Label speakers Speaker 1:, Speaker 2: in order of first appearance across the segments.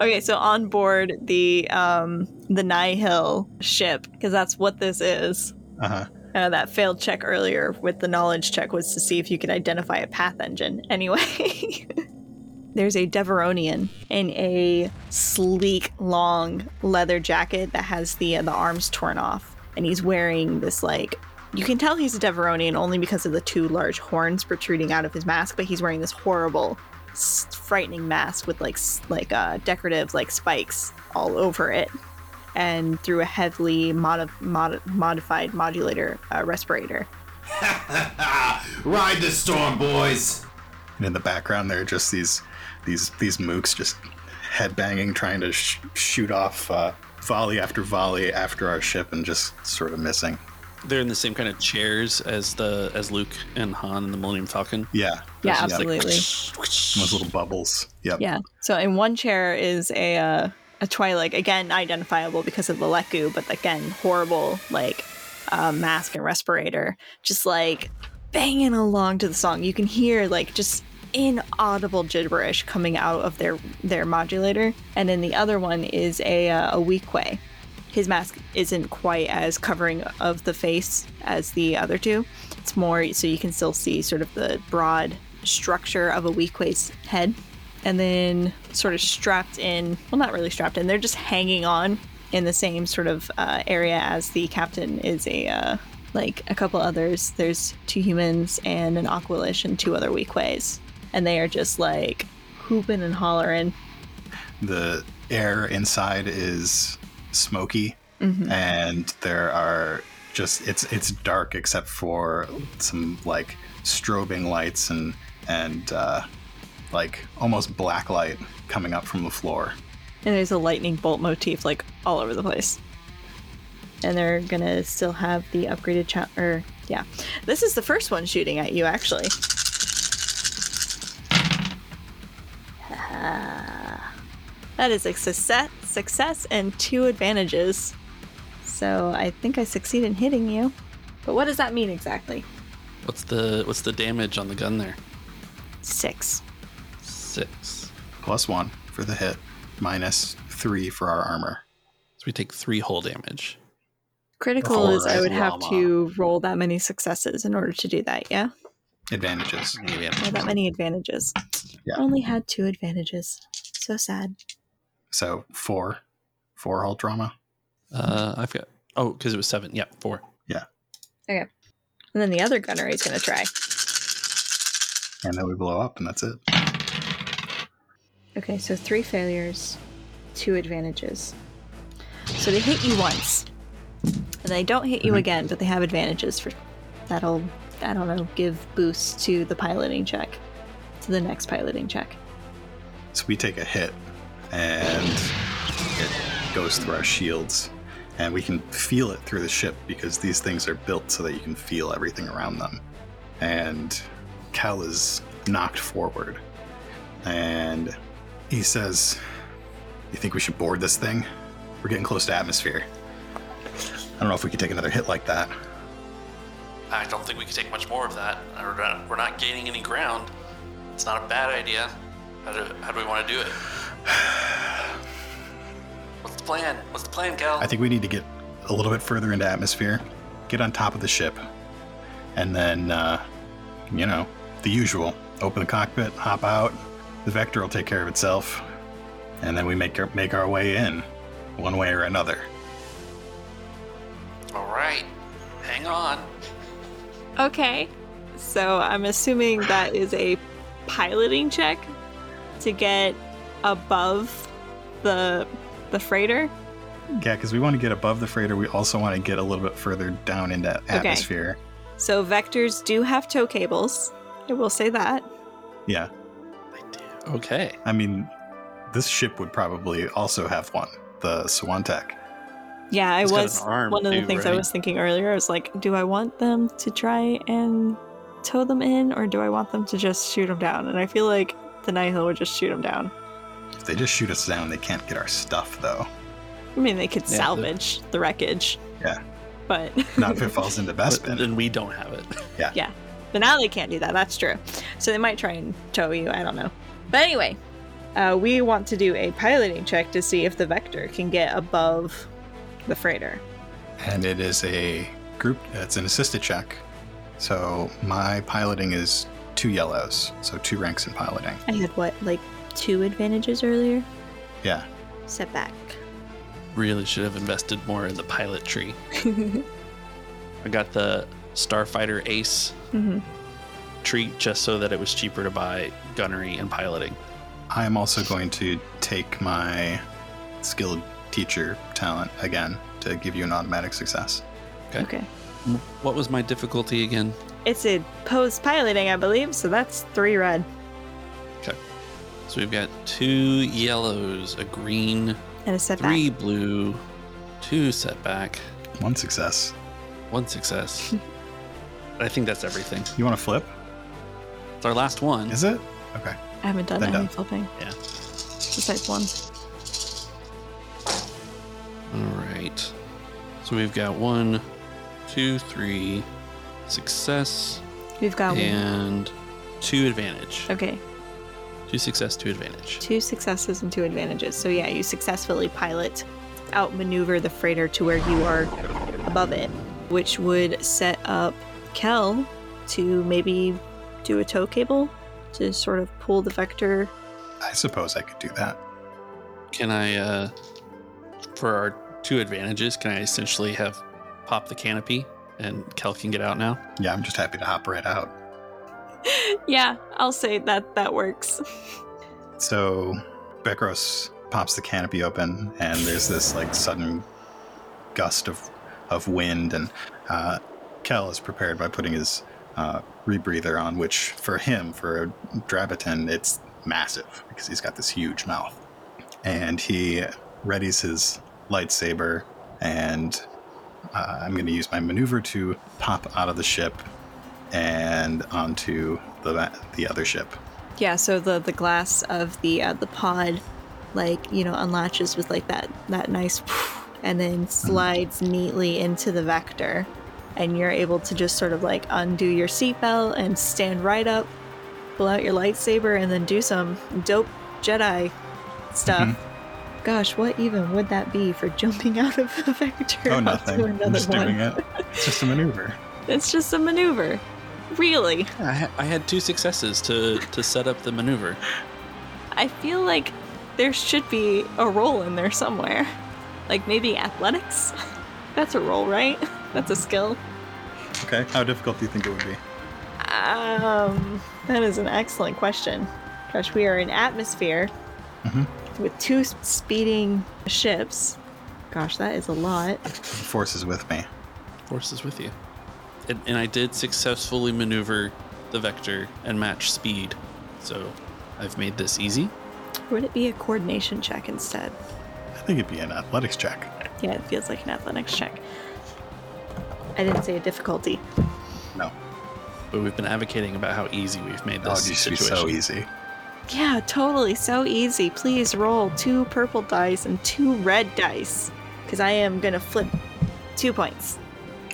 Speaker 1: Okay, so on board the um the Nihil ship, because that's what this is.
Speaker 2: Uh huh.
Speaker 1: Uh, that failed check earlier with the knowledge check was to see if you could identify a path engine. Anyway, there's a Deveronian in a sleek, long leather jacket that has the uh, the arms torn off, and he's wearing this like you can tell he's a Deveronian only because of the two large horns protruding out of his mask, but he's wearing this horrible, s- frightening mask with like s- like uh, decorative like spikes all over it and through a heavily modi- mod- modified modulator uh, respirator.
Speaker 3: Ride the storm, boys.
Speaker 2: And in the background, there are just these these these mooks just headbanging, trying to sh- shoot off uh, volley after volley after our ship, and just sort of missing.
Speaker 4: They're in the same kind of chairs as the as Luke and Han and the Millennium Falcon.
Speaker 1: Yeah,
Speaker 2: Yeah.
Speaker 4: It's just like-
Speaker 1: absolutely.
Speaker 2: Those little bubbles. Yep.
Speaker 1: Yeah. So in one chair is a uh, a Twi'lek, again identifiable because of the Leku, but again horrible like uh, mask and respirator, just like banging along to the song. You can hear like just inaudible gibberish coming out of their their modulator. And then the other one is a uh, a Weequay. His mask isn't quite as covering of the face as the other two. It's more so you can still see sort of the broad structure of a Weequay's head and then sort of strapped in. Well, not really strapped in. They're just hanging on in the same sort of uh, area as the captain is a uh, like a couple others. There's two humans and an Aquilish and two other weakways, and they are just like hooping and hollering.
Speaker 2: The air inside is smoky,
Speaker 1: Mm-hmm.
Speaker 2: and there are just it's it's dark except for some like strobing lights and and uh, like almost black light coming up from the floor.
Speaker 1: And there's a lightning bolt motif like all over the place. And they're gonna still have the upgraded chat. Or yeah, this is the first one shooting at you actually. Ah. that is a success, success and two advantages. So I think I succeed in hitting you. But what does that mean exactly?
Speaker 4: What's the what's the damage on the gun there?
Speaker 1: Six.
Speaker 4: Six.
Speaker 2: Plus one for the hit, minus three for our armor.
Speaker 4: So we take three whole damage.
Speaker 1: Critical is I
Speaker 2: Alright,
Speaker 1: would have
Speaker 2: llama.
Speaker 1: to roll that many successes in order to do that. Yeah.
Speaker 2: Advantages.
Speaker 4: Yeah, we have-
Speaker 1: Not that many advantages.
Speaker 2: Yeah.
Speaker 1: I only had two advantages. So sad.
Speaker 2: So four, four whole drama.
Speaker 4: Uh, I've got oh, because it was seven. Yeah, four.
Speaker 1: And then the other gunnery is going to try.
Speaker 2: And then we blow up, and that's it.
Speaker 1: Okay, so three failures, two advantages. So they hit you once, and they don't hit you
Speaker 2: Mhm.
Speaker 1: again, but they have advantages for that'll I don't know give boost to the piloting check, to the next piloting check.
Speaker 2: So we take a hit, and it goes through our shields, and we can feel it through the ship because these things are built so that you can feel everything around them. And Cal is knocked forward, and he says, "You think we should board this thing? We're getting close to atmosphere. I don't know if we could take another hit like that."
Speaker 5: I don't think we could take much more of that. We're not, we're not gaining any ground. It's not a bad idea. How do, how do we want to do it? What's the plan? What's the plan, Cal?
Speaker 2: I think we need to get a little bit further into atmosphere, get on top of the ship, and then, uh, you know, the usual. Open the cockpit, hop out. The vector will take care of itself, and then we make our, make our way in, one way or another.
Speaker 5: All right. Hang on.
Speaker 1: Okay. So I'm assuming that is a piloting check to get above the the freighter.
Speaker 2: Yeah, because we want to get above the freighter. We also want to get a little bit further down into atmosphere.
Speaker 1: So vectors do have tow cables. I will say that.
Speaker 2: Yeah,
Speaker 4: Okay.
Speaker 2: I mean, this ship would probably also have one, the Swantech.
Speaker 1: Yeah, I
Speaker 4: It's got
Speaker 1: was
Speaker 4: an arm
Speaker 1: one of the
Speaker 4: too,
Speaker 1: things I
Speaker 4: right?
Speaker 1: was thinking earlier. I was like, do I want them to try and tow them in, or do I want them to just shoot them down? And I feel like the Nihil would just shoot them down.
Speaker 2: If they just shoot us down, they can't get our stuff, though.
Speaker 1: I mean, they could
Speaker 4: Yeah, the-
Speaker 1: salvage the wreckage.
Speaker 2: Yeah.
Speaker 1: But
Speaker 2: Not if it falls into
Speaker 4: But
Speaker 2: Bespin.
Speaker 4: then we don't have it.
Speaker 1: But now they can't do that. That's true. So they might try and tow you. I don't know. But anyway, Uh, we want to do a piloting check to see if the vector can get above the freighter.
Speaker 2: and it is a group it's an assisted check so my piloting is two yellows so two ranks in piloting
Speaker 1: I had what, like two advantages earlier?
Speaker 2: yeah
Speaker 1: Setback.
Speaker 4: Really should have invested more in the pilot tree. I got the Starfighter Ace
Speaker 1: Mhm.
Speaker 4: tree just so that it was cheaper to buy gunnery and piloting.
Speaker 2: i am also going to take my skilled teacher talent again to give you an automatic success
Speaker 1: Okay.
Speaker 4: M- What was my difficulty again?
Speaker 1: It's a post piloting, I believe, so that's three red
Speaker 4: So we've got two yellows, a green,
Speaker 1: and a setback.
Speaker 4: three blue, two setback,
Speaker 2: one success
Speaker 4: one success. I think that's everything.
Speaker 2: you want to flip
Speaker 4: It's our last one.
Speaker 2: is it okay
Speaker 1: I haven't done
Speaker 2: Then
Speaker 1: any
Speaker 2: done.
Speaker 1: flipping
Speaker 4: Yeah.
Speaker 1: besides one.
Speaker 4: All right. So we've got one, two, three, success,
Speaker 1: We've got one.
Speaker 4: and two advantage.
Speaker 1: Okay,
Speaker 4: Two success, two advantage.
Speaker 1: two successes and two advantages. So yeah, you successfully pilot, outmaneuver the freighter to where you are above it, which would set up Kel to maybe do a tow cable to sort of pull the vector.
Speaker 2: i suppose i could do that
Speaker 4: Can I, uh, for our two advantages, can I essentially have pop the canopy and Kel can get out now?
Speaker 2: yeah i'm just happy to hop right out
Speaker 1: Yeah, I'll say that that works.
Speaker 2: So Bekros pops the canopy open, and there's this like sudden gust of of wind, and uh, Kel is prepared by putting his uh, rebreather on, which for him, for a Drabiton, it's massive because he's got this huge mouth, and he readies his lightsaber, and uh, I'm going to use my maneuver to pop out of the ship and onto the the other ship.
Speaker 1: Yeah, so the the glass of the uh, the pod, like you know, unlatches with like that that nice, and then slides neatly into the vector, and you're able to just sort of like undo your seatbelt and stand right up, pull out your lightsaber, and then do some dope Jedi stuff.
Speaker 2: Mm-hmm.
Speaker 1: Gosh, what even would that be for jumping out of a vector
Speaker 2: Oh,
Speaker 1: onto
Speaker 2: nothing.
Speaker 1: another
Speaker 2: I'm just
Speaker 1: one?
Speaker 2: doing it. It's just a maneuver.
Speaker 1: It's just a maneuver, really.
Speaker 4: I, ha- I had two successes to, to set up the maneuver.
Speaker 1: I feel like there should be a role in there somewhere. Like maybe athletics? That's a role, right? That's a skill.
Speaker 2: Okay. How difficult do you think it would be?
Speaker 1: Um, that is an excellent question. Gosh, we are in atmosphere
Speaker 2: Mhm.
Speaker 1: with two s- speeding ships. Gosh, that is a lot.
Speaker 2: Force is with me.
Speaker 4: Force is with you. And, and I did successfully maneuver the vector and match speed. So I've made this easy.
Speaker 1: Would it be a coordination check instead?
Speaker 2: I think it'd be an athletics check.
Speaker 1: Yeah, it feels like an athletics check. I didn't say a difficulty.
Speaker 2: No.
Speaker 4: But we've been advocating about how easy we've made
Speaker 2: Oh,
Speaker 4: this
Speaker 2: this should be
Speaker 4: situation.
Speaker 2: so easy.
Speaker 1: Yeah, totally. So easy. Please roll two purple dice and two red dice. Because I am going to flip two points.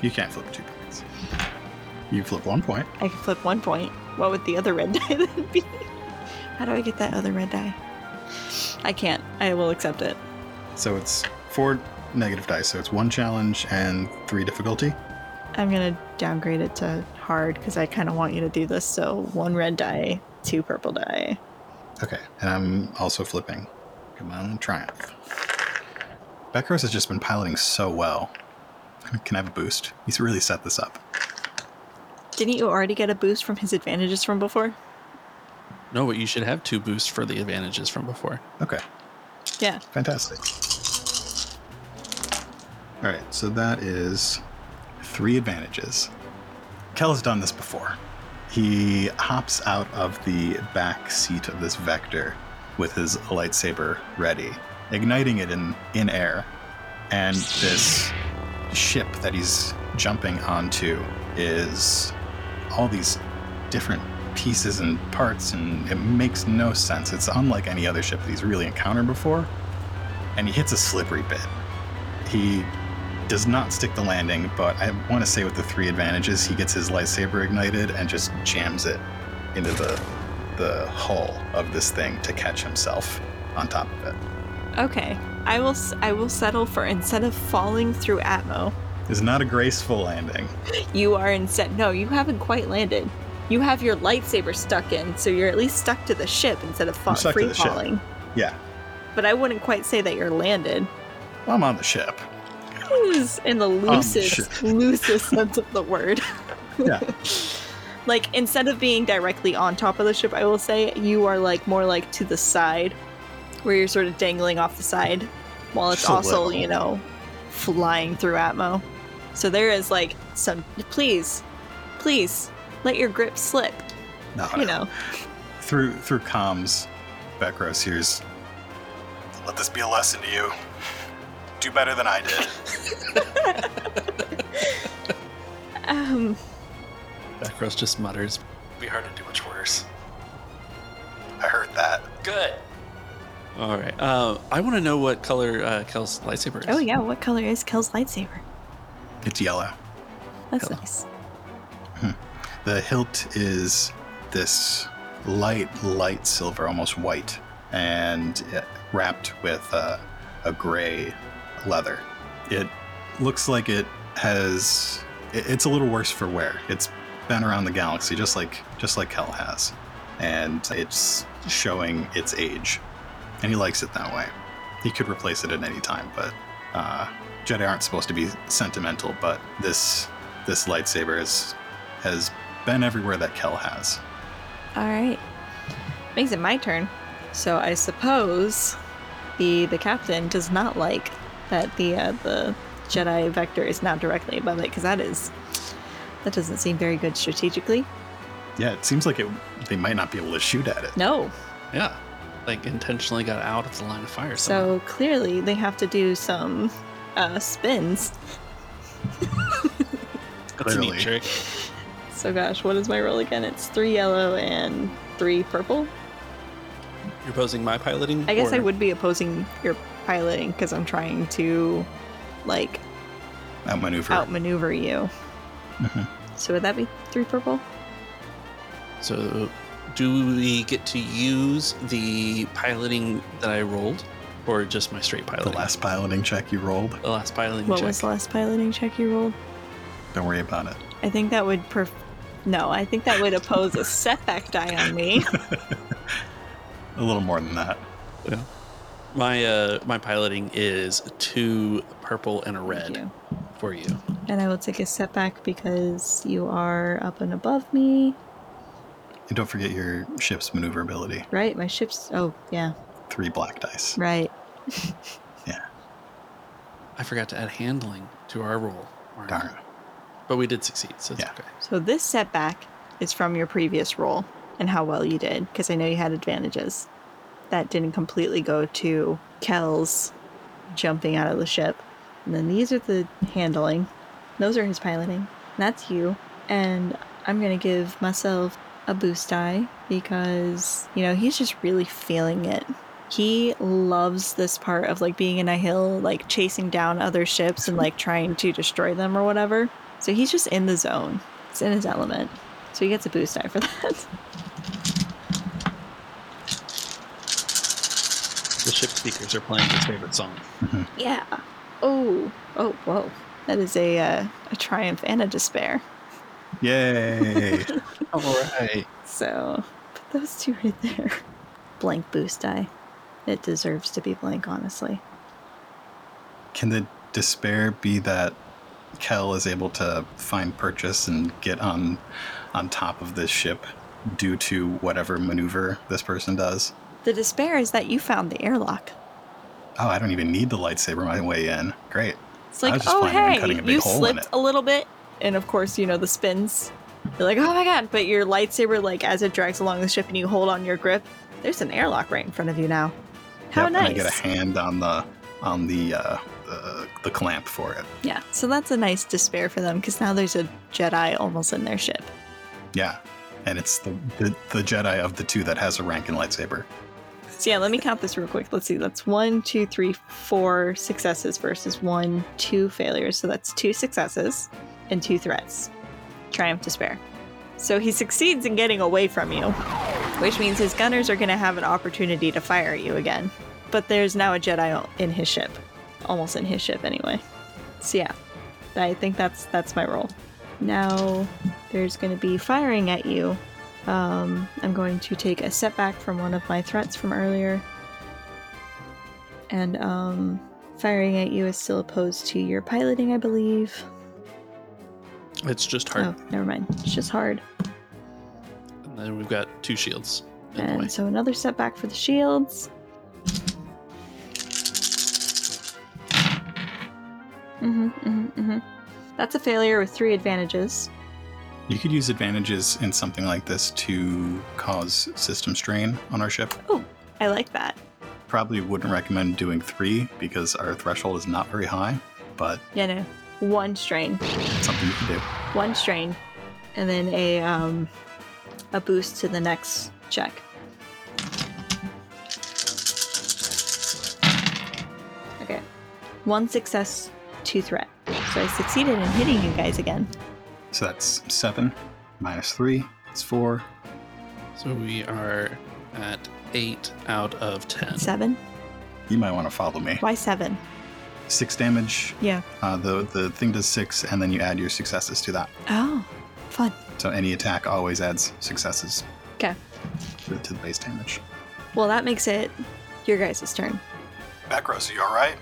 Speaker 2: You can't flip two points. You flip one point.
Speaker 1: I can flip one point. What would the other red die then be? How do I get that other red die? I can't. I will accept it.
Speaker 2: So it's four negative dice. So it's one challenge and three difficulty.
Speaker 1: I'm going to downgrade it to hard because I kind of want you to do this. So one red die, two purple die.
Speaker 2: Okay. And I'm also flipping. Come on, triumph. Bekros has just been piloting so well. Can I have a boost? He's really set this up.
Speaker 1: Didn't you already get a boost from his advantages from before?
Speaker 4: No, but you should have two boosts for the advantages from before.
Speaker 2: Okay.
Speaker 1: Yeah.
Speaker 2: Fantastic. All right, so that is three advantages. Kel has done this before. He hops out of the back seat of this vector with his lightsaber ready, igniting it in, in air. And this ship that he's jumping onto is all these different pieces and parts, and it makes no sense. It's unlike any other ship that he's really encountered before and he hits a slippery bit. He does not stick the landing, but I want to say with the three advantages, he gets his lightsaber ignited and just jams it into the, the hull of this thing to catch himself on top of it.
Speaker 1: Okay. I will s- I will settle for instead of falling through Atmo,
Speaker 2: It's not a graceful landing.
Speaker 1: you are instead No, you haven't quite landed. You have your lightsaber stuck in, so you're at least stuck to the ship instead of fall-
Speaker 2: I'm stuck to
Speaker 1: free
Speaker 2: the ship.
Speaker 1: falling.
Speaker 2: Yeah,
Speaker 1: But I wouldn't quite say that you're landed.
Speaker 2: well, I'm on the ship.
Speaker 1: Who's in the loosest,
Speaker 2: Oh, shit.
Speaker 1: loosest sense of the word.
Speaker 2: Yeah,
Speaker 1: Like instead of being directly on top of the ship, I will say you are like more like to the side, where you're sort of dangling off the side, while it's
Speaker 2: Just a
Speaker 1: also
Speaker 2: little.
Speaker 1: you know flying through atmo. So there is like some. Please, please let your grip slip.
Speaker 2: no,
Speaker 1: You
Speaker 2: no.
Speaker 1: know.
Speaker 2: through through comms, Becros hears. Let this be a lesson to you. Do better than I did.
Speaker 1: Um.
Speaker 4: Macros just mutters.
Speaker 5: It'd be hard to do much worse.
Speaker 2: I heard that.
Speaker 5: Good.
Speaker 4: All right. Uh, I want to know what color uh, Kel's lightsaber is.
Speaker 1: Oh yeah. What color is Kel's lightsaber?
Speaker 2: It's yellow.
Speaker 1: That's
Speaker 4: Hello.
Speaker 1: nice.
Speaker 2: The hilt is this light, light silver, almost white, and uh, wrapped with uh, a gray leather. It looks like it has. it- It's a little worse for wear. It's been around the galaxy, just like just like Hell has, and it's showing its age. And he likes it that way. He could replace it at any time, but uh, Jedi aren't supposed to be sentimental. But this this lightsaber is has been everywhere that Kel has.
Speaker 1: All right. Makes it my turn. So I suppose the the captain does not like that the uh, the Jedi vector is now directly above it because that is that doesn't seem very good strategically.
Speaker 2: Yeah, it seems like it. They might not be able to shoot at it.
Speaker 1: No.
Speaker 4: Yeah. Like intentionally got out of the line of fire. somehow.
Speaker 1: So clearly they have to do some uh, spins.
Speaker 4: that's a neat
Speaker 2: clearly.
Speaker 4: trick.
Speaker 1: So gosh, what is my roll again? It's three yellow and three purple.
Speaker 4: You're posing my piloting.
Speaker 1: I guess I
Speaker 4: or-
Speaker 1: would be opposing your piloting because I'm trying to like
Speaker 2: Outmaneuver.
Speaker 1: outmaneuver you.
Speaker 4: Mm-hmm.
Speaker 2: Mhm.
Speaker 1: So would that be three purple?
Speaker 4: So, do we get to use the piloting that I rolled, or just my straight
Speaker 2: the
Speaker 4: piloting?
Speaker 2: last piloting check you rolled.
Speaker 4: the last piloting
Speaker 1: What
Speaker 4: check.
Speaker 1: was the last piloting check you rolled?
Speaker 2: Don't worry about it.
Speaker 1: I think that would perf- no, I think that would oppose a setback die on me.
Speaker 2: A little more than that.
Speaker 4: my uh, my piloting is two purple and a red
Speaker 1: Thank you.
Speaker 4: for you.
Speaker 1: And I will take a setback because you are up and above me.
Speaker 2: And don't forget your ship's maneuverability.
Speaker 1: Right, my ship's oh yeah,
Speaker 2: Three black dice.
Speaker 1: right.
Speaker 2: Yeah.
Speaker 4: I forgot to add handling to our roll, Alright.
Speaker 2: Darn.
Speaker 4: but we did succeed, so it's
Speaker 2: Yeah.
Speaker 4: okay.
Speaker 1: So this setback is from your previous roll and how well you did, because I know you had advantages. That didn't completely go to Kel's jumping out of the ship. And then these are the handling. Those are his piloting. That's you. And I'm going to give myself a boost die because, you know, he's just really feeling it. He loves this part of like being in a hill, like chasing down other ships and like trying to destroy them or whatever. So he's just in the zone. It's in his element. So he gets a boost die for that.
Speaker 4: The ship speakers are playing his favorite song.
Speaker 1: yeah. Oh. Oh, whoa. That is a uh, a triumph and a despair.
Speaker 2: Yay!
Speaker 4: All right.
Speaker 1: So put those two right there. Blank boost die. It deserves to be blank, honestly.
Speaker 2: Can the despair be that Kel is able to find purchase and get on on top of this ship due to whatever maneuver this person does?
Speaker 1: The despair is that you found the airlock.
Speaker 2: Oh, I don't even need the lightsaber my way in. Great.
Speaker 1: It's
Speaker 2: I
Speaker 1: like,
Speaker 2: was just
Speaker 1: oh
Speaker 2: planning on
Speaker 1: hey,
Speaker 2: cutting a big
Speaker 1: you
Speaker 2: hole in
Speaker 1: slipped
Speaker 2: it.
Speaker 1: a little bit, and of course, you know the spins. You're like, oh my god! But your lightsaber, like as it drags along the ship, and you hold on your grip. There's an airlock right in front of you now. How
Speaker 2: Yep,
Speaker 1: nice!
Speaker 2: And I get a hand on the on the uh, the, the clamp for it.
Speaker 1: Yeah, so that's a nice despair for them because now there's a Jedi almost in their ship.
Speaker 2: Yeah, and it's the, the the Jedi of the two that has a rank in lightsaber.
Speaker 1: So yeah, let me count this real quick. Let's see. That's one, two, three, four successes versus one, two failures. So that's two successes and two threats. Triumph despair. So he succeeds in getting away from you. which means his gunners are going to have an opportunity to fire at you again. But there's now a Jedi in his ship, almost in his ship anyway. So yeah, I think that's that's my role. Now there's going to be firing at you. Um, I'm going to take a setback from one of my threats from earlier, and um, firing at you is still opposed to your piloting, I believe.
Speaker 4: It's just hard.
Speaker 1: Oh, never mind. It's just hard.
Speaker 4: And then we've got two shields. in the way.
Speaker 1: And so another setback for the shields. hmm hmm hmm That's a failure with three advantages.
Speaker 2: You could use advantages in something like this to cause system strain on our ship.
Speaker 1: Oh, I like that.
Speaker 2: Probably wouldn't recommend doing three because our threshold is not very high, but
Speaker 1: Yeah, no. One strain.
Speaker 2: it's something you can do.
Speaker 1: One strain. And then a um a boost to the next check. Okay. One success, two threat. So I succeeded in hitting you guys again.
Speaker 2: So that's seven minus three. It's four.
Speaker 4: So we are at eight out of ten.
Speaker 1: Seven?
Speaker 2: You might want to follow me.
Speaker 1: Why seven?
Speaker 2: Six damage.
Speaker 1: Yeah.
Speaker 2: Uh, the the thing does six, and then you add your successes to that.
Speaker 1: Oh, fun.
Speaker 2: So any attack always adds successes
Speaker 1: Okay.
Speaker 2: to, to the base damage.
Speaker 1: Well, that makes it your guys' turn.
Speaker 2: Macros, are you all right?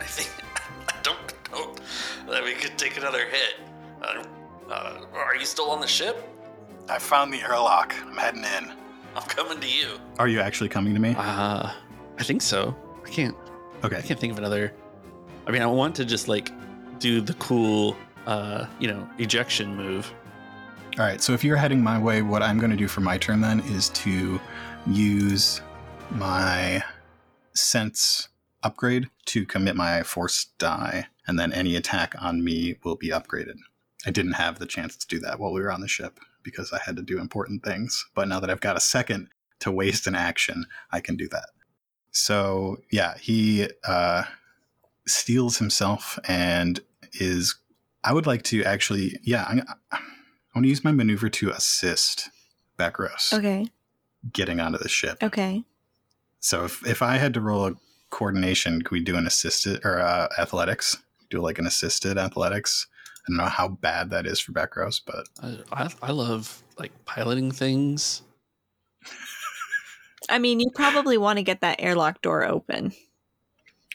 Speaker 5: I think I don't know that we could take another hit. Uh, uh, are you still on the ship?
Speaker 2: I found the airlock. I'm heading in.
Speaker 5: I'm coming to you.
Speaker 2: Are you actually coming to me?
Speaker 4: Uh, I think so. I can't. I
Speaker 2: Okay.
Speaker 4: can't think of another. I mean, I want to just like do the cool, uh, you know, ejection move.
Speaker 2: All right. So if you're heading my way, what I'm going to do for my turn then is to use my sense upgrade to commit my force die, and then any attack on me will be upgraded. I didn't have the chance to do that while we were on the ship because I had to do important things. But now that I've got a second to waste an action, I can do that. So yeah, he uh, steals himself and is. I would like to actually, yeah, I'm, I want to use my maneuver to assist Backros
Speaker 1: Okay.
Speaker 2: getting onto the ship.
Speaker 1: Okay.
Speaker 2: So if, if I had to roll a coordination, could we do an assisted or uh, athletics? Do like an assisted athletics? I don't know how bad that is for Backros, but
Speaker 4: I, I, I love like piloting things.
Speaker 1: I mean, you probably want to get that airlock door open.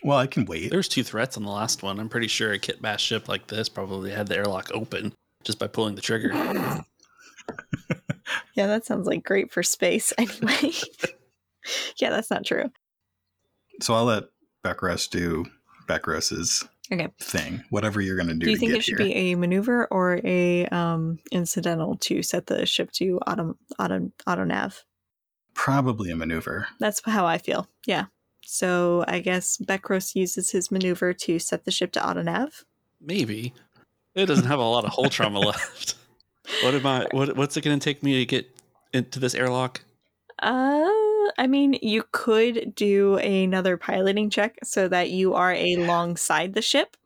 Speaker 2: well, I can wait.
Speaker 4: There's two threats on the last one. I'm pretty sure a kit bash ship like this probably had the airlock open just by pulling the trigger.
Speaker 1: Yeah, that sounds like great for space anyway. yeah, that's not true.
Speaker 2: So I'll let Backros do Backros's
Speaker 1: Okay.
Speaker 2: thing, whatever you're going to do.
Speaker 1: Do you
Speaker 2: to
Speaker 1: think
Speaker 2: get
Speaker 1: it should
Speaker 2: here.
Speaker 1: be a maneuver or a um incidental to set the ship to auto auto auto nav?
Speaker 2: probably a maneuver?
Speaker 1: That's how I feel. Yeah. So I guess Bekros uses his maneuver to set the ship to auto nav.
Speaker 4: Maybe it doesn't have a lot of hull trauma left. What am I? What, what's it going to take me to get into this airlock?
Speaker 1: Uh, I mean, you could do another piloting check so that you are alongside the ship.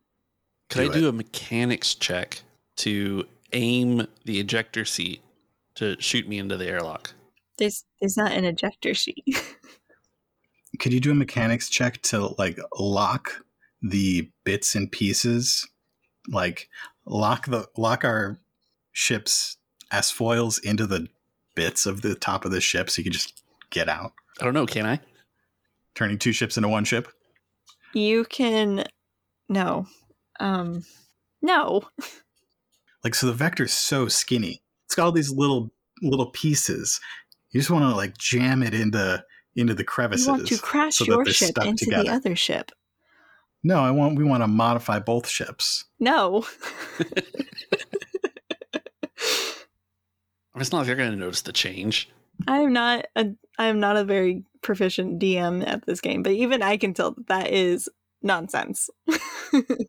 Speaker 4: Could
Speaker 2: Do
Speaker 4: I do a mechanics check to aim the ejector seat to shoot me into the airlock?
Speaker 1: There's there's not an ejector sheet.
Speaker 2: Could you do a mechanics check to like lock the bits and pieces, like lock the lock our ship's s foils into the bits of the top of the ship, so you can just get out,
Speaker 4: I don't know. Can I?
Speaker 2: turning two ships into one ship?
Speaker 1: you can no. Um no.
Speaker 2: Like so, the vector's so skinny; it's got all these little little pieces. You just want to like jam it into into the crevices.
Speaker 1: You want to crash
Speaker 2: so that
Speaker 1: your
Speaker 2: they're
Speaker 1: ship
Speaker 2: stuck
Speaker 1: into the
Speaker 2: together.
Speaker 1: other ship.
Speaker 2: No, I want we want to modify both ships.
Speaker 1: No.
Speaker 4: I mean, It's not like they're going to notice the change.
Speaker 1: I am not a I am not a very proficient DM at this game, but even I can tell that that is nonsense.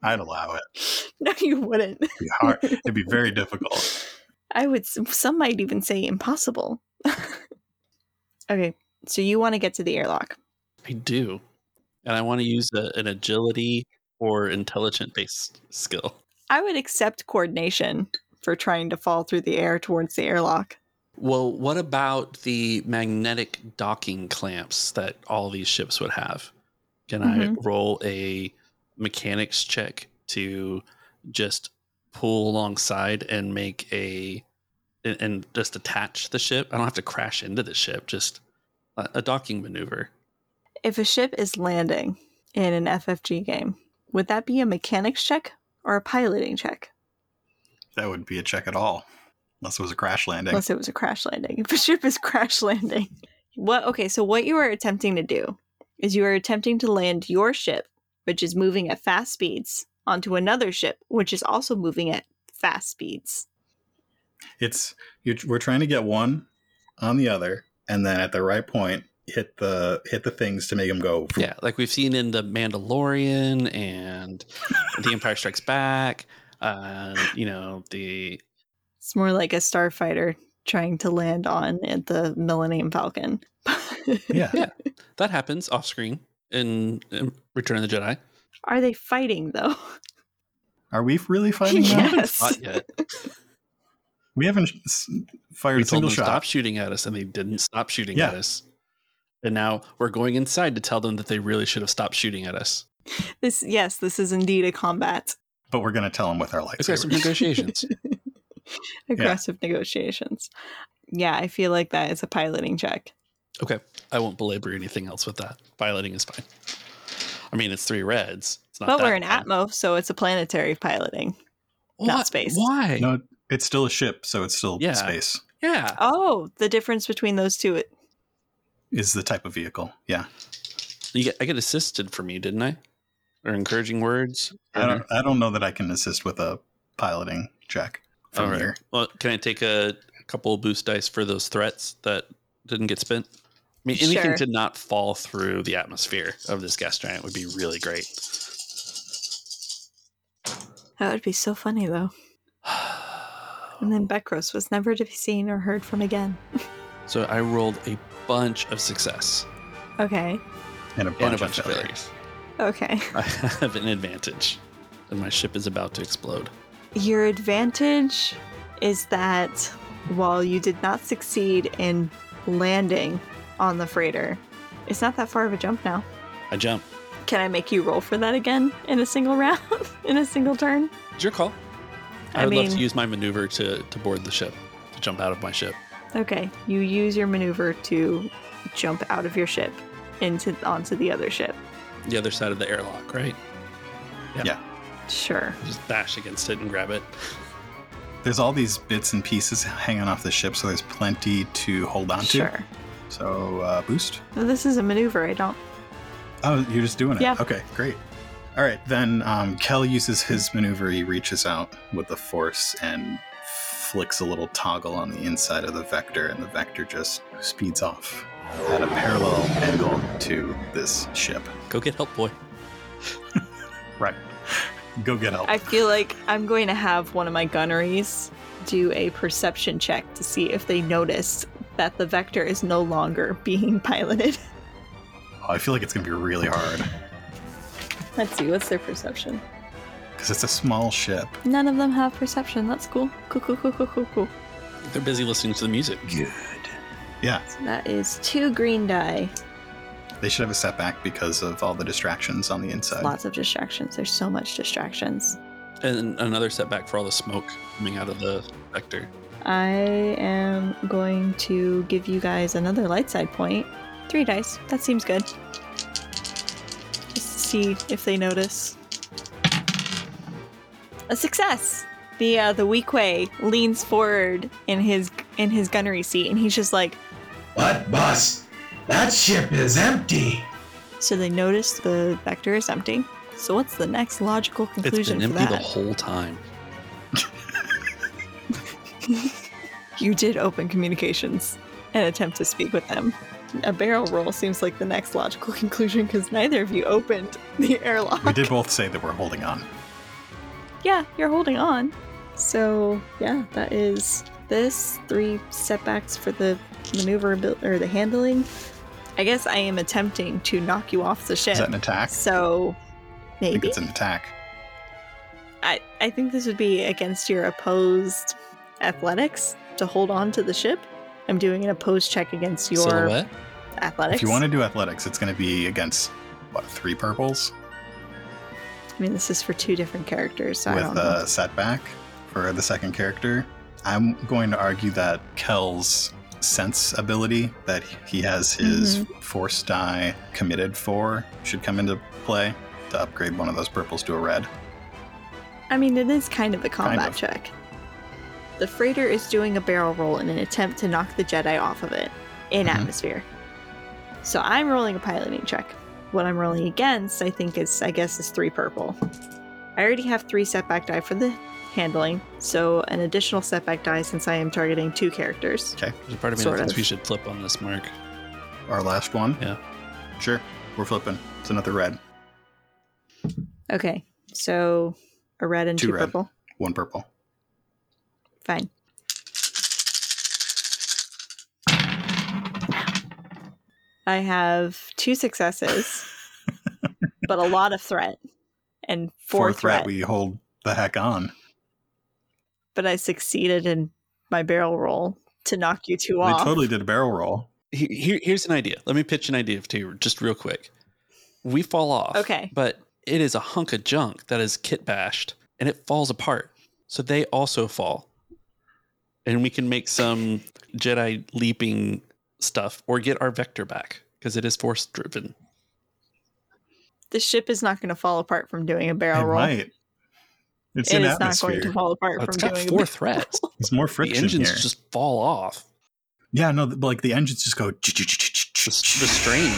Speaker 2: I'd allow it.
Speaker 1: no, you wouldn't.
Speaker 2: It'd be hard. It'd be very difficult.
Speaker 1: I would some might even say impossible. okay, so you want to get to the airlock.
Speaker 4: I do. And I want to use a, an agility or intelligent based skill.
Speaker 1: I would accept coordination for trying to fall through the air towards the airlock.
Speaker 4: Well, what about the magnetic docking clamps that all these ships would have? Can I
Speaker 1: Mhm.
Speaker 4: roll a mechanics check to just pull alongside and make a and, and just attach the ship? I don't have to crash into the ship, just a, a docking maneuver.
Speaker 1: If a ship is landing in an FFG game, would that be a mechanics check or a piloting check?
Speaker 2: That wouldn't be a check at all, unless it was a crash landing.
Speaker 1: Unless it was a crash landing. If a ship is crash landing, what? Okay, so what you are attempting to do is you are attempting to land your ship, which is moving at fast speeds, onto another ship, which is also moving at fast speeds.
Speaker 2: It's you we're trying to get one on the other, and then at the right point, hit the hit the things to make them go.
Speaker 4: Yeah, like we've seen in The Mandalorian and The Empire Strikes Back, uh, you know, the
Speaker 1: It's more like a starfighter trying to land on at the Millennium Falcon.
Speaker 2: yeah.
Speaker 4: Yeah. that happens off screen in, in Return of the Jedi.
Speaker 1: Are they fighting though?
Speaker 2: Are we really fighting
Speaker 1: Yeah.
Speaker 2: now?
Speaker 1: Yes.
Speaker 4: Not yet.
Speaker 2: We haven't s- fired
Speaker 4: We
Speaker 2: a
Speaker 4: told
Speaker 2: single
Speaker 4: them to
Speaker 2: shot.
Speaker 4: stop shooting at us, and they didn't stop shooting at
Speaker 2: Yeah.
Speaker 4: us. And now we're going inside to tell them that they really should have stopped shooting at us.
Speaker 1: This yes, this is indeed a combat.
Speaker 2: But we're gonna tell them with our
Speaker 4: Aggressive
Speaker 2: lightsabers.
Speaker 4: negotiations.
Speaker 1: Aggressive negotiations. Yeah, I feel like that is a piloting check.
Speaker 4: Okay, I won't belabor anything else with that. Piloting is fine. I mean, it's three reds. It's not
Speaker 1: but
Speaker 4: that
Speaker 1: we're in
Speaker 4: bad.
Speaker 1: Atmo, so it's a planetary piloting. not
Speaker 4: What?
Speaker 1: space.
Speaker 4: Why?
Speaker 2: no, it's still a ship, so it's still
Speaker 4: Yeah.
Speaker 2: space.
Speaker 4: Yeah.
Speaker 1: Oh, the difference between those two.
Speaker 2: Is the type of vehicle. Yeah.
Speaker 4: You get, I get assisted from you, didn't I? Or encouraging words?
Speaker 2: I don't. I don't know that I can assist with a piloting check from
Speaker 4: All right.
Speaker 2: here.
Speaker 4: Well, can I take a couple of boost dice for those threats that didn't get spent? I mean, anything
Speaker 1: Sure.
Speaker 4: to not fall through the atmosphere of this gas giant would be really great.
Speaker 1: That would be so funny though. And
Speaker 4: Oh.
Speaker 1: then Becros was never to be seen or heard from again.
Speaker 4: So I rolled a bunch of success
Speaker 1: Okay.
Speaker 2: And a
Speaker 4: and a
Speaker 2: bunch,
Speaker 4: bunch
Speaker 2: of
Speaker 4: of
Speaker 2: failures.
Speaker 4: failures.
Speaker 1: Okay.
Speaker 4: I have an advantage, and my ship is about to explode.
Speaker 1: Your advantage is that while you did not succeed in landing on the freighter, it's not that far of a jump now.
Speaker 4: I jump.
Speaker 1: Can I make you roll for that again in a single round? in a single turn?
Speaker 4: It's your call. I,
Speaker 1: I
Speaker 4: would love to
Speaker 1: mean-
Speaker 4: use my maneuver to, to board the ship, to jump out of my ship.
Speaker 1: Okay, you use your maneuver to jump out of your ship into onto the other ship.
Speaker 4: The other side of the airlock, right?
Speaker 1: Sure.
Speaker 4: Just bash against it and grab it.
Speaker 2: There's all these bits and pieces hanging off the ship, so there's plenty to hold on to.
Speaker 1: Sure.
Speaker 2: So uh, boost.
Speaker 1: This is a maneuver. I don't.
Speaker 2: Oh, you're just doing it.
Speaker 1: Yeah.
Speaker 2: Okay, great. All right, then um, Kel uses his maneuver. He reaches out with the force and flicks a little toggle on the inside of the vector, and the vector just speeds off at a parallel angle to this ship.
Speaker 4: Go get help, boy.
Speaker 2: Right. Go get help.
Speaker 1: I feel like I'm going to have one of my gunneries do a perception check to see if they noticed that the vector is no longer being piloted.
Speaker 2: Oh, I feel like it's going to be really hard
Speaker 1: Let's see. What's their perception?
Speaker 2: because it's a small ship.
Speaker 1: None of them have perception. That's cool. Cool. Cool. Cool. Cool. Cool. Cool.
Speaker 4: They're busy listening to the music.
Speaker 2: Good. Yeah,
Speaker 1: So that is two green die.
Speaker 2: they should have a setback because of all the distractions on the inside.
Speaker 1: Lots of distractions. There's so much distractions.
Speaker 4: And another setback for all the smoke coming out of the vector.
Speaker 1: I am going to give you guys another light side point. Three dice. That seems good. Just to see if they notice. A success. The uh, the weak way leans forward in his in his gunnery seat, and he's just like.
Speaker 3: But, boss, that ship is empty.
Speaker 1: So they notice the vector is empty. So what's the next logical
Speaker 4: It's
Speaker 1: conclusion
Speaker 4: been
Speaker 1: for
Speaker 4: empty the
Speaker 1: that?
Speaker 4: whole time.
Speaker 1: You did open communications and attempt to speak with them. A barrel roll seems like the next logical conclusion because neither of you opened the airlock.
Speaker 2: we did both say that we're holding on.
Speaker 1: Yeah, you're holding on. So yeah, that is this three setbacks for the maneuverability or the handling. I guess I am attempting to knock you off the ship.
Speaker 2: Is that an attack?
Speaker 1: so
Speaker 2: I think
Speaker 1: maybe
Speaker 2: it's an attack.
Speaker 1: I, I think this would be against your opposed athletics to hold on to the ship. I'm doing an opposed check against your
Speaker 4: Silhouette.
Speaker 1: athletics.
Speaker 2: If you want to do athletics, it's going to be against what three purples
Speaker 1: I mean, this is for two different characters, so I don't
Speaker 2: with uh,
Speaker 1: know.
Speaker 2: a setback for the second character. I'm going to argue that Kel's sense ability that he has his
Speaker 1: Mm-hmm.
Speaker 2: force die committed for should come into play to upgrade one of those purples to a red.
Speaker 1: I mean, it is kind of a combat
Speaker 2: of.
Speaker 1: check. The freighter is doing a barrel roll in an attempt to knock the Jedi off of it in
Speaker 2: Mhm.
Speaker 1: atmosphere. So I'm rolling a piloting check. What I'm rolling against, I think, is, I guess, is three purple. I already have three setback die for the handling, so an additional setback die since I am targeting two characters.
Speaker 4: There's a part of me
Speaker 1: Sort
Speaker 4: that thinks
Speaker 1: of.
Speaker 4: we should flip on this mark.
Speaker 2: Our last one.
Speaker 4: Yeah.
Speaker 2: Sure. We're flipping. It's another red.
Speaker 1: Okay, so a red and two,
Speaker 2: Two red.
Speaker 1: purple.
Speaker 2: One purple.
Speaker 1: Fine. I have two successes, but a lot of threat and four,
Speaker 2: Fourth
Speaker 1: threat.
Speaker 2: red, we hold the heck on.
Speaker 1: but I succeeded in my barrel roll to knock you two
Speaker 2: They
Speaker 1: off.
Speaker 2: totally did a barrel roll.
Speaker 4: He- Here, here's an idea. Let me pitch an idea to you just real quick. We fall off.
Speaker 1: Okay.
Speaker 4: But it is a hunk of junk that is kit bashed and it falls apart. So they also fall. And we can make some Jedi leaping stuff or get our vector back because it is force driven.
Speaker 1: the ship is not going to fall apart from doing a barrel
Speaker 2: it
Speaker 1: roll.
Speaker 2: might. It's
Speaker 1: It
Speaker 2: in
Speaker 1: is not
Speaker 2: atmosphere.
Speaker 1: going to fall apart
Speaker 4: It's
Speaker 1: from
Speaker 4: got
Speaker 1: doing a
Speaker 4: four
Speaker 1: barrel-
Speaker 4: threats.
Speaker 2: It's more
Speaker 4: the
Speaker 2: friction
Speaker 4: engines
Speaker 2: here.
Speaker 4: just fall off.
Speaker 2: Yeah, no, but like the engines just go,
Speaker 4: The, s- the strain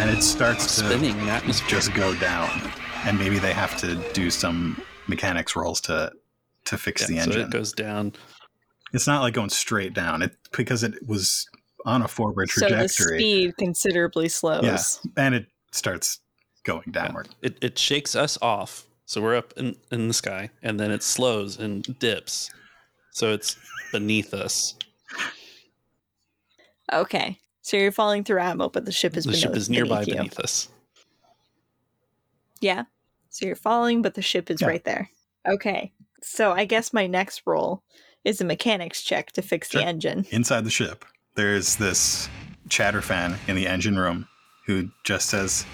Speaker 2: and it starts to
Speaker 4: spinning in atmosphere.
Speaker 2: just go down, and maybe they have to do some mechanics rolls to to fix
Speaker 4: Yeah,
Speaker 2: the
Speaker 4: so
Speaker 2: engine.
Speaker 4: it goes down.
Speaker 2: it's not like going straight down. It because it was on a forward
Speaker 1: So the
Speaker 2: trajectory,
Speaker 1: speed considerably slows.
Speaker 2: and it starts going downward.
Speaker 4: it, it shakes us off so we're up in, in the sky and then it slows and dips so it's beneath us
Speaker 1: Okay. So you're falling through ammo, but the ship is
Speaker 4: the ship
Speaker 1: beneath-
Speaker 4: is nearby
Speaker 1: beneath you.
Speaker 4: beneath us
Speaker 1: Yeah. So you're falling, but the ship is
Speaker 2: Yeah.
Speaker 1: right there. Okay. So I guess my next roll is a mechanics check to fix
Speaker 2: Sure.
Speaker 1: the engine.
Speaker 2: Inside the ship, there's this chatter fan in the engine room who just says,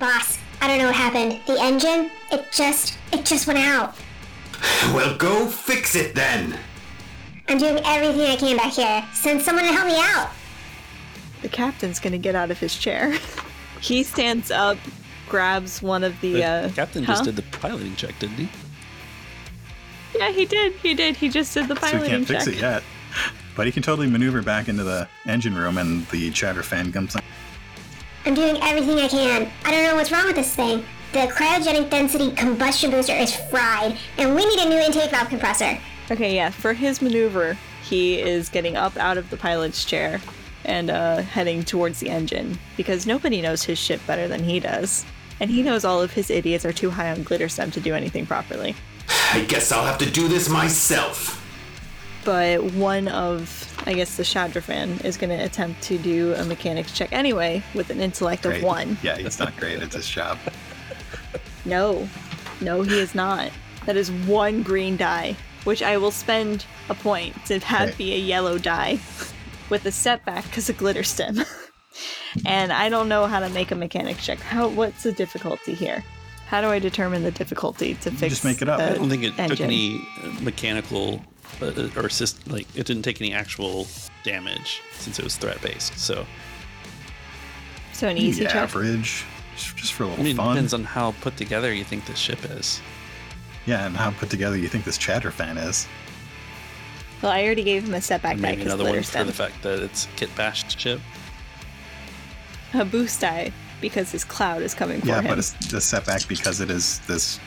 Speaker 6: Boss, I don't know what happened. The engine, it just, it just went out.
Speaker 3: Well, go fix it then.
Speaker 6: I'm doing everything I can back here. Send someone to help me out.
Speaker 1: The captain's going to get out of his chair. he stands up, grabs one of the.
Speaker 4: The
Speaker 1: uh,
Speaker 4: captain just
Speaker 1: huh?
Speaker 4: did the piloting check didn't he
Speaker 1: Yeah, he did. He did. He just did the
Speaker 2: "So we
Speaker 1: piloting
Speaker 2: can't fix
Speaker 1: check.
Speaker 2: it yet." But he can totally maneuver back into the engine room, and the chatter fan comes on.
Speaker 6: I'm doing everything I can. I don't know what's wrong with this thing. The cryogenic density combustion booster is fried, and we need a new intake valve compressor.
Speaker 1: Okay, yeah. For his maneuver, he is getting up out of the pilot's chair and uh, heading towards the engine because nobody knows his ship better than he does. And he knows all of his idiots are too high on glitter stem to do anything properly.
Speaker 3: I guess I'll have to do this myself.
Speaker 1: but one of I guess the Shadrifan is going to attempt to do a mechanics check anyway with an intellect
Speaker 2: Great.
Speaker 1: of one.
Speaker 2: Yeah, he's not great at this job.
Speaker 1: No, no, he is not. That is one green die, which I will spend a point to have
Speaker 2: Right.
Speaker 1: be a yellow die with a setback because of glitter stem. and I don't know how to make a mechanics check. How? What's the difficulty here? How do I determine the difficulty to fix?
Speaker 2: just make it up.
Speaker 1: the
Speaker 2: I
Speaker 4: i don't think it took
Speaker 1: engine?
Speaker 4: any uh, mechanical uh, or assist like it didn't take any actual damage since it was threat based so
Speaker 1: So an easy
Speaker 2: yeah,
Speaker 1: check.
Speaker 2: average, just, just for a
Speaker 4: I
Speaker 2: little
Speaker 4: mean, it
Speaker 2: fun.
Speaker 4: depends on how put together you think this ship is
Speaker 2: Yeah, and how put together you think this chatter fan is.
Speaker 1: well, I already gave him a setback
Speaker 4: And
Speaker 1: die
Speaker 4: maybe
Speaker 1: because
Speaker 4: another
Speaker 1: glitter
Speaker 4: one for
Speaker 1: stem.
Speaker 4: the fact that it's kit bashed ship
Speaker 1: a boost die because his cloud is coming for
Speaker 2: yeah,
Speaker 1: him.
Speaker 2: but it's the setback because it is this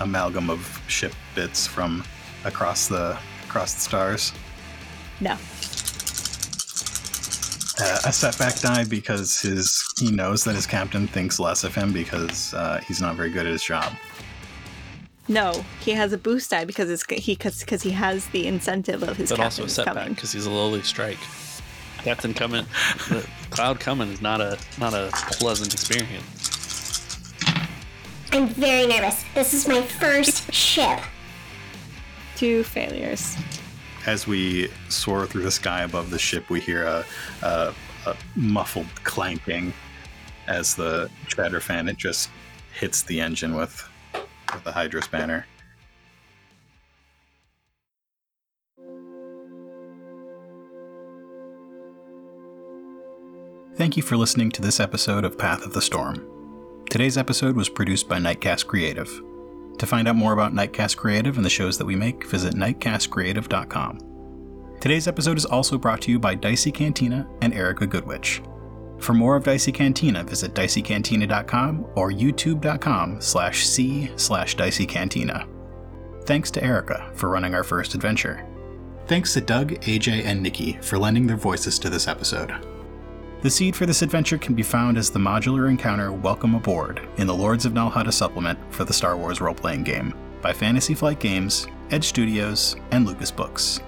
Speaker 2: amalgam of ship bits from across the across the stars.
Speaker 1: no.
Speaker 2: Uh, a setback die because his he knows that his captain thinks less of him because uh, he's not very good at his job.
Speaker 1: No, he has a boost die because it's he because he has the incentive of his
Speaker 4: but
Speaker 1: captain
Speaker 4: also a
Speaker 1: is
Speaker 4: setback
Speaker 1: coming.
Speaker 4: because he's a lowly strike. Captain coming, the cloud coming is not a not a pleasant experience.
Speaker 6: I'm very nervous. This is my first ship.
Speaker 1: Two failures.
Speaker 2: As we soar through the sky above the ship, we hear a, a, a muffled clanking as the chatter fan it just hits the engine with, with the Hydra spanner. Thank you for listening to this episode of Path of the Storm. Today's episode was produced by Nightcast Creative. To find out more about Nightcast Creative and the shows that we make, visit nightcastcreative.com. Today's episode is also brought to you by Dicey Cantina and Erica Goodwitch. For more of Dicey Cantina, visit diceycantina.com or youtube.com slash c slash diceycantina. Thanks to Erica for running our first adventure. Thanks to Doug, AJ, and Nikki for lending their voices to this episode. The seed for this adventure can be found as the modular encounter Welcome Aboard in the Lords of Nalhada supplement for the Star Wars role playing game by Fantasy Flight Games, Edge Studios, and Lucas Books.